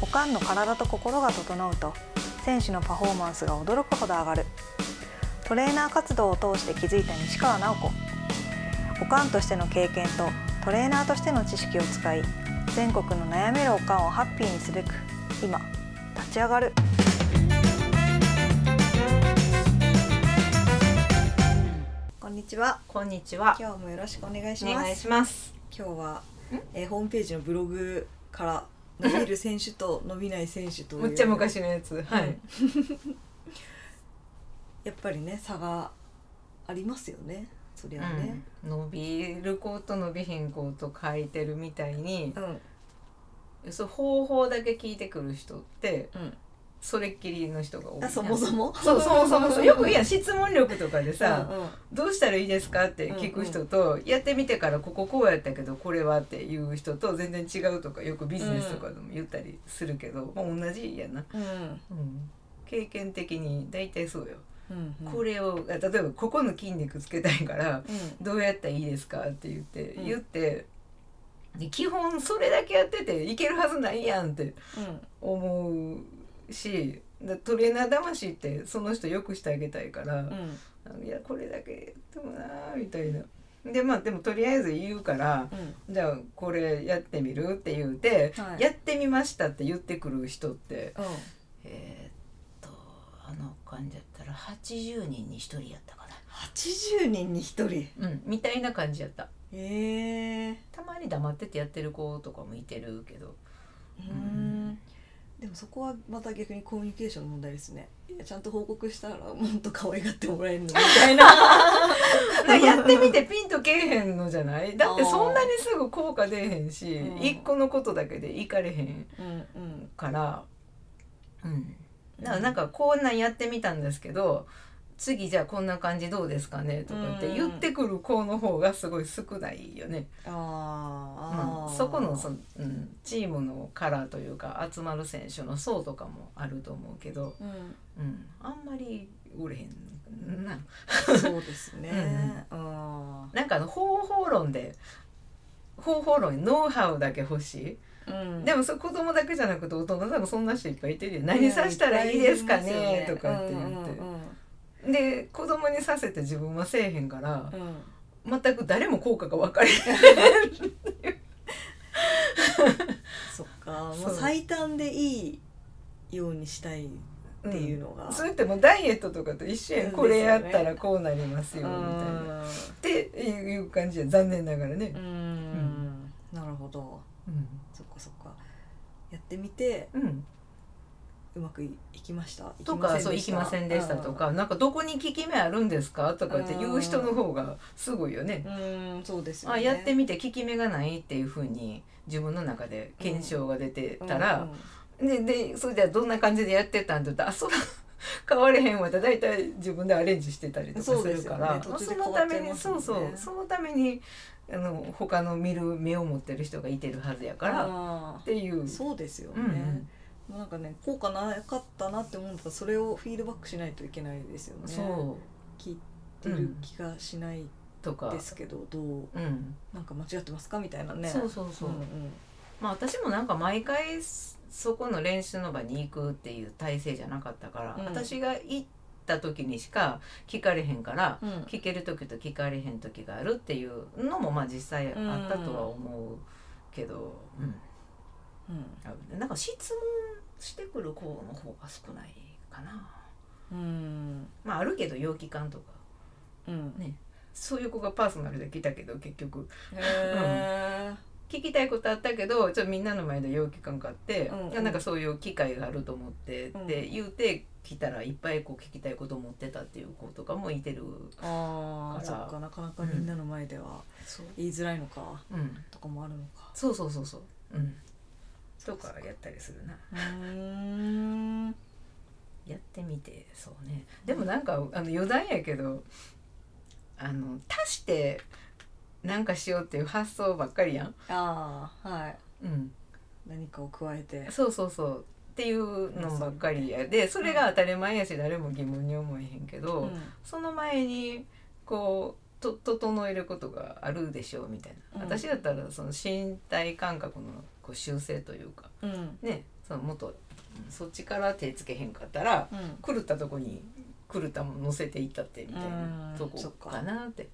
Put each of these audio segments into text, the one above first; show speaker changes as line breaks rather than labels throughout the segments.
おかんの体と心が整うと選手のパフォーマンスが驚くほど上がるトレーナー活動を通して気づいた西川直子おかんとしての経験とトレーナーとしての知識を使い全国の悩めるおかんをハッピーにすべく今立ち上がるこんにちは
こんにちは。
今日もよろしくお願いし
お
ます
願いします。
今日は、えーホームページのブログから伸びる選手と伸びない選手という
むっちゃ昔のやつ。は
う
い
ん。やっぱりね差がありますよねそりゃね、
うん伸びる子と伸びひん子と書いてるみたいに
う、ん
そう方法だけ聞いてくる人って
うん
それっきりの人が多い
あ
な。
そもそも
そうそもそもそうよく言うやん質問力とかでさ、
うんうん
どうしたらいいですかって聞く人と、やってみてからこここうやったけどこれはっていう人と全然違うとかよくビジネスとかでも言ったりするけど、まあ同じやな、
うん
うん、経験的に大体そうよ。
うんうん
これをあ例えばここの筋肉つけたいから
うん
どうやったらいいですかって言って、
うん
言ってで基本それだけやってていけるはずないやんって
うん
思うしだトレーナー魂ってその人よくしてあげたいから、
うん
あのいやこれだけやってもなーみたいな。でまあでもとりあえず言うから
うん
じゃあこれやってみるって言うて、
はい
やってみましたって言ってくる人って
うん
えーっとあの感じだったら80人に1人やったか
80人に一人
な、うん、みたいな感じやった
ええ
たまに黙っててやってる子とかもいてるけど
ー、うんでもそこはまた逆にコミュニケーションの問題ですねいやちゃんと報告したらもっと可愛がってもらえるの にみたいな
やってみてピンとけえへんのじゃないだってそんなにすぐ効果出えへんし、
うん
一個のことだけでいかれへん
うんうん
からうんだからなんかこんなんやってみたんですけど次じゃあこんな感じどうですかねとかって言ってくる子の方がすごい少ないよね。
あーあー、
うん、そこのその、うん、チームのカラーというか集まる選手の層とかもあると思うけど、
うん、
うん、あんまり売れへんな
そうですね。うん、
なんかあの方法論で方法論にノウハウだけ欲しい、
うん、
でもそれ子供だけじゃなくて大人でもそんな人いっぱいいてるよ
いや
何させたらいいですか
いっぱいい
ね
ますよ
とかって言って、
うんうん
で子供にさせて自分はせえへんから
うんうん
全く誰も効果が分かれへん
そっか、
そう
もう最短でいいようにしたいっていうのが、
それってもうダイエットとかと一緒やんこれやったらこうなります
う
よみたいな。
ん
っていう感じで残念ながらね
う。ん、なるほど、
うん
そっかそっか。やってみて
うん、
うまくいきました。
とかそう「行きませんでした」とか「なんかどこに効き目あるんですか?」とかって言う人の方がすごいよね
う。ん。うん、そうですよね。
あやってみて効き目がないっていうふうに自分の中で検証が出てたら、
うんうん
ででそれじゃあどんな感じでやってたんって言ったら「あそら 変われへんわ」って大体自分でアレンジしてたりとかす
そうで
る
すよ
か
ね
らま
途
あ
中
そ
で変
の
わ
た
っちゃ
め
いま
に
す
そ
もん
う
ね
そうそのためにあの他の見る目を持ってる人がいてるはずやからっ
あ
ていう。
ーそうですよね。
うん
もうなんかね効果なかったなって思うんだったらそれをフィードバックしないといけないですよね。
そう
聞いてる気がしない
とか
ですけど、どう
うん、
なんか間違ってますかみたいなね。
そうそうそう、
ん
まあ私もなんか毎回そこの練習の場に行くっていう体制じゃなかったから、
うん
私が行った時にしか聞かれへんから、
うんうん
聞ける時と聞かれへん時があるっていうのもまあ実際あったとは思うけど、うんなんか質問してくる子の方が少ないかな。
うん
まああるけど陽気感とか
うん。
そういう子がパーソナルで来たけど結局
へえ。
聞きたいことあったけどちょっとみんなの前で陽気感があって、
うんうん
いやなんかそういう機会があると思って、
うん
って言うて来たらいっぱいこう聞きたいこと持ってたっていう子とかもいてる
ああ、
だ
そ
から
っかなかなかみんなの前では
そう,、
言いづらいのか
ん、
とかもあるのか。
そうそうそうそううんとかやったりするな
うーん。
やってみてそうねでもなんかあの余談やけどあの足してなんかしようっていう発想ばっかりやん、
ああ、はい。
うん、
何かを加えて。
そうそうそうっていうのばっかりやでそれが当たり前やし誰も疑問に思えへんけど、
うん
その前にこうと整えることがあるでしょうみたいな、
うん
私だったらその身体感覚のこう修正というか
うん
ねそのもっとうんそっちから手つけへんかったら
うん
狂ったとこに狂ったもの乗せていったってみたいな
うん
と
そ
こ
っか
かなって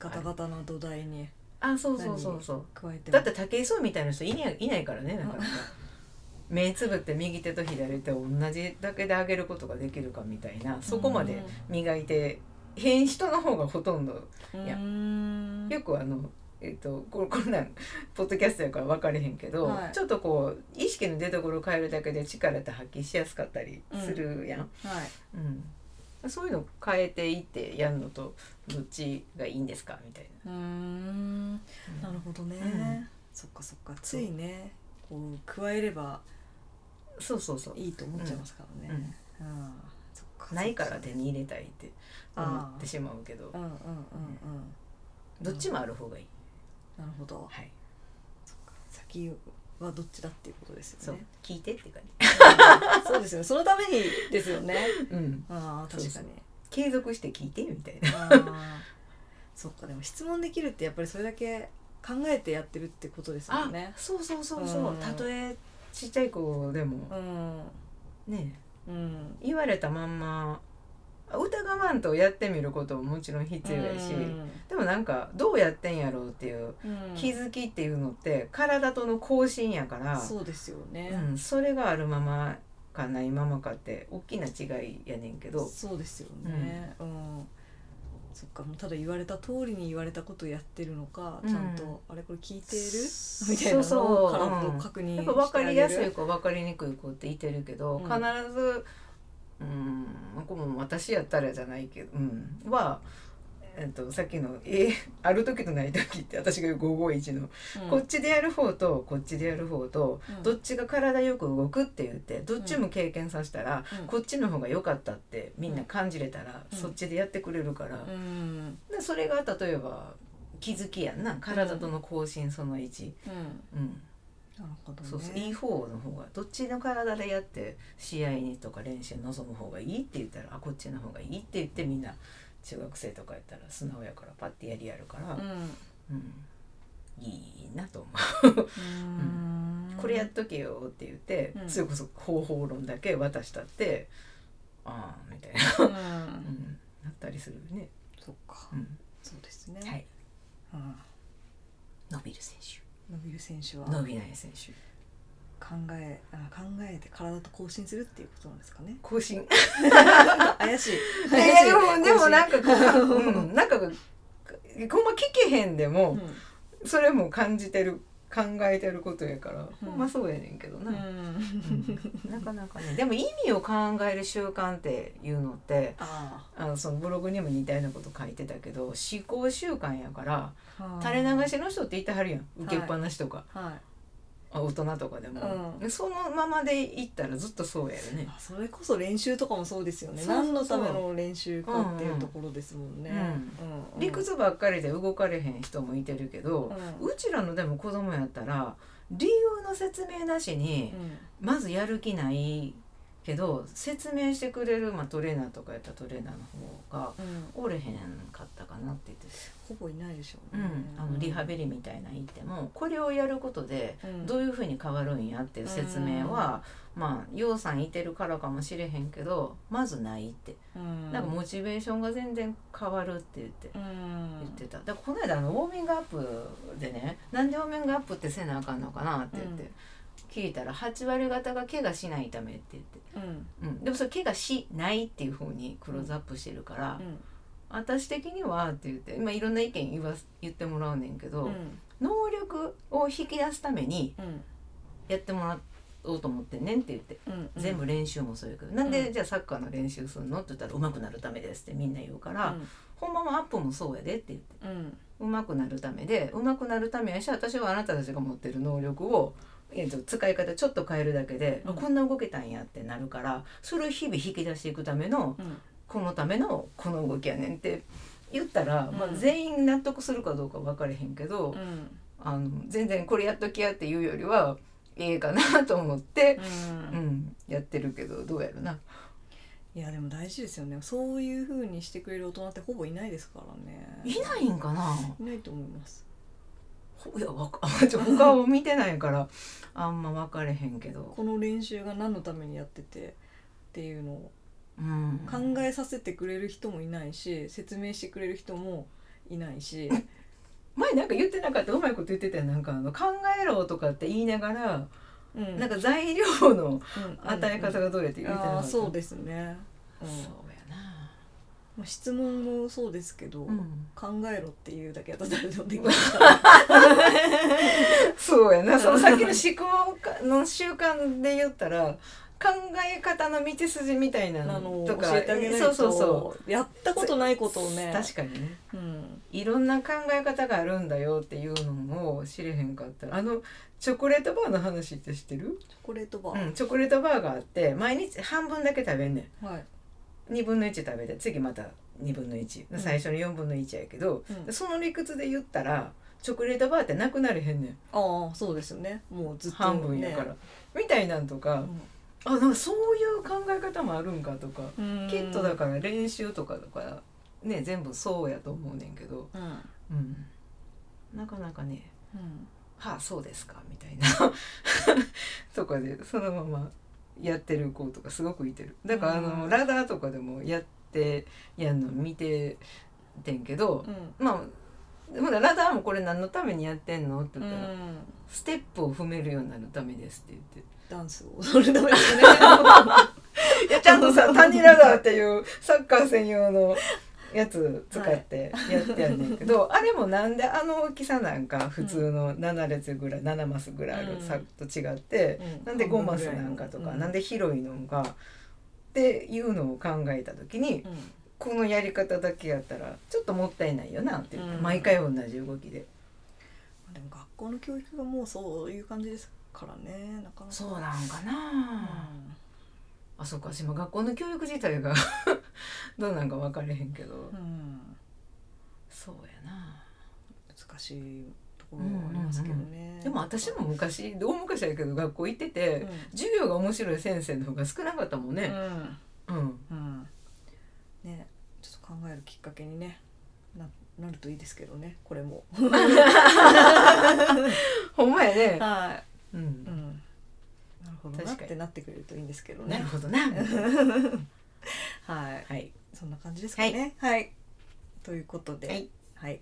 ガタガタの土台に
あそうそうそうそう
加えても
だって武井壮みたいな人いないいないからねなかなか
う
目つぶって右手と左手を同じだけで上げることができるかみたいなそこまで磨いて変人の方がほとんど
うん
いや
うん
よくあのえっとこ こんなんポッドキャストやから分かれへんけど、
はい
ちょっとこう意識の出所を変えるだけで力って発揮しやすかったりするやん、
はい
うんそういうの変えていってやるのとどっちがいいんですかみたいう
ーん
な。
なるほどね、
うん
そっかそっかついねこう加えれば
そうそうそう
いいと思っちゃいますからね、うんそっか
ないから手に入れたいって思ってしまうけど
うんうんうんうん
どっちもある方がいい、
なるほど
はい、
先はどっちだっていうことです
そ
よ
う
ね
聞いてって感
そうですよねそのためにです よね
じ、うん、
ああ確かに
そう継続して聞いてみたいな
ああそっかでも質問できるってやっぱりそれだけ考えてやってるってことですよね
そうそうそう
そうたと
えちっちゃい子でも
うん
ね
うん
言われたまんま疑わんとやってみることももちろん必要やし、
うん
でもなんかどうやってんやろうっていう
うん
気づきっていうのって体との更新やから、
そうですよね、
うん、それがあるままかないままかって大きな違いやねんけど
そうですよね、うんそっかもうただ言われた通りに言われたことをやってるのか、
うん
ちゃんとあれこれ聞いてる
そ
みたいなのを体
う
と
ん
確認
やっ
して
ぱ
あげる、
分かりやすい子分かりにくい子っていてるけど、
うん
必ずうんこれも私やったらじゃないけど、うん、は、えっと、さっきの「えある時とない時」って私が言う551の、
うん
こっちでやる方とこっちでやる方と、
うん
どっちが体よく動くって言ってどっちも経験させたら、
うん
こっちの方が良かったってみんな感じれたら、
うん
そっちでやってくれるから、
うん
でそれが例えば気づきやんな体との更新その1。
うん
うん
なるほどね
そうそういい方の方がどっちの体でやって試合にとか練習に臨む方がいいって言ったらあこっちの方がいいって言ってみんな中学生とかやったら素直やからパッてやりやるから、
う
うん
ん
いいなと思
うん
う、これやっとけよって言って、
うん
それこそ方法論だけ渡したってああみたいな、
うん
うん、なったりするよね、
そっか
うん
そうですね、
はい、
うん、
伸びる選手
伸びる選手は
伸
考
びない選手
えあ考えて体と更新するっていうことなんですかね
更 新
怪しい
い
怪し
や
い
でもでもなんかこう、
更新
うん、なんかこうほんま聞けへんでも、それも感じてる考えてることやから、
うん
ほんまあそうやねんけど
う
な、
ん
うんなかなかねでも意味を考える習慣っていうのって
あ
あのそのブログにも似たようなこと書いてたけど思考習慣やから
あ
垂れ流しの人って言ってはるやん受けっぱなしとか、
はい
あ大人とかでも、
うん
でそのままでいったらずっとそうやよね。
あそれこそ練習とかもそうですよね
そうそうそう
何のための練習かっていうところですもんね、
うん
うんうん
理屈ばっかりで動かれへん人もいてるけど、
うん
うちらのでも子供やったら理由の説明なしに
うん
まずやる気ないけど説明してくれる、まあ、トレーナーとかやったらトレーナーの方が
うん
おれへんかったかなって言って、
ほぼいないでしょう
う
ね、
ん、あのリハビリみたいな言ってもこれをやることで
うん
どういうふうに変わるんやっていう説明は、まあ洋さんいてるからかもしれへんけどまずないって
うん
なんかモチベーションが全然変わるって言って。
うん
言ってただからこの間あのウォーミングアップでねなんでウォーミングアップってせなあかんのかなって言って、
うん
聞いたら8割方が怪我しないためって言って、
うん
うん、でもそれ怪我しないっていう方にクローズアップしてるから、
うん
私的にはって言って今いろんな意見言わす言ってもらうねんけど、
うん
能力を引き出すために
うん
やってもらおうと思ってんねんって言って。
うん
全部練習もそうやけど、なんで
うん
じゃあサッカーの練習するのって言ったら上手くなるためですってみんな言うか
う
ら、
ん
本番はアップもそうやでって言って
うん
上手くなるためで上手くなるためやし私はあなたたちが持ってる能力を、えっと使い方ちょっと変えるだけで、
うん
あこんな動けたんやってなるからそれを日々引き出していくための
うん
このためのこの動きやねんって言ったら、まあ
う、ん
全員納得するかどうか分かれへんけど、
うん
あの全然これやっときやっていうよりはええかなと思って、
うん
うん、やってるけどどうやろな。
いやでも大事ですよねそういう風にしてくれる大人ってほぼいないですからね
いないんかない
ないと思います
ほいやわか ちょ他を見てないからあんま分かれへんけど、
この練習が何のためにやっててっていうのを
うん、
考えさせてくれる人もいないし説明してくれる人もいない し
前なんか言ってなかったうまいこと言ってたよなんかあの考えろとかって言いながら、
な
なんか材料の与
与
え方がどうやって言ってな
あ
か
あ
った、
そうですね、うん
そうやな、
まあ、質問もそうですけど、
うん、
考えろっていうだけだと誰でもできますから
そうやなその先の思考かの習慣で言ったら考え方の道筋みたいな
あ
の
の
とか
教えてあげないと
そうそうそ
やったことないことを
う、
ね
確かにね
うん、
いろんな考え方があるんだよっていうのを知れへんかったらあのチョコレートバーの話って知ってる、
チョコレートバ
う
ー、
ん、チョコレートバーがあって毎日半分だけ食べんねん。
はい、
2分の1食べて次また2分の1
うん
最初の4分の1やけど、
うん
その理屈で言ったらチョコレートバーってなくなれへんねん
ああそうですよねもうずっと、ね、
半分やから、みたいなんとかあなんかそういう考え方もあるんかとか、
うん、
きっとだから練習とかとかね全部そうやと思うねんけど、
ら、うん
うん、なかなかね
うん、
「はあそうですか」みたいな とかでそのままやってる子とかすごくいてるだからあの、
うん
ラダーとかでもやってやんの見ててんけど、
うん
まあほなラダーもこれ何のためにやってんのって
う
言ったら、
ん、
ステップを踏めるようになるためですって言っ
ダンスを踊るためですね
て。いやちゃんとさ、タニラダーっていうサッカー専用のやつ使ってやってやんねんけど、 あれもなんであの大きさなんか普通の7列ぐらい、7マスぐらいあるサッカーと違って、
う
なんで5マスなんかとか、なんで広いのがっていうのを考えた時に
うん
このやり方だけやったらちょっともったいないよなって言って、
うん
毎回同じ動きで
でも学校の教育がもうそういう感じですからねなかなか
そうなんかな、あそうか私も学校の教育自体が どうなんか分かれへんけど、
うん、うん
そうやな
難しいところはありますけどね、
でも私も昔どう昔やけど学校行ってて、
うん、
授業が面白い先生の方が少なかったもん
う
ね、
ん
うん、
うん、ねちょっと考えるきっかけにねななるといいですけどねこれも
ほんまやね、
は
う
い、
ん
うん、なるほどな
確
っ
かに
てなってくれるといいんですけど
な
ね
るほどな
はい
はい
そんな感じですかねはい、ということで
は、
はい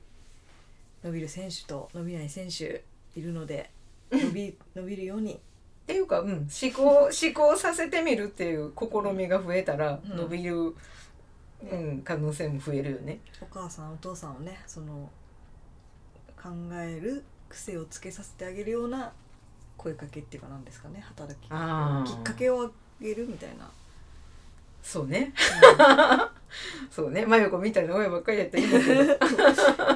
伸びる選手と伸びない選手いるので伸び伸びるように
っていうか、うん、思考思考させてみるっていう試みが増えたら
うん
伸びる、うん可能性も増えるよね。
お母さんお父さんをねその考える癖をつけさせてあげるような声かけっていうかなんですかね働きか
あ
けきっかけをあげるみたい な
そうね そうね真由子みたいな親ばっかりやったらいいんだけ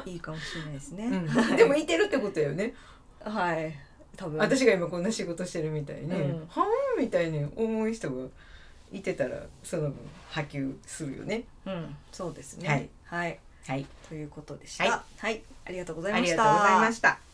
ど、
いいかもしれないですね。
うん、でもいてるってことよね
はい、多分。
私が今こんな仕事してるみたいに、
うん
はあみたいに思う人がいてたらその分波及するよね。
うん、そうですね。
はい、
はい、
はい、
ということでした。
は
はいい、ありがとうござ
あ
いま
り
し
が
た。
とうございました。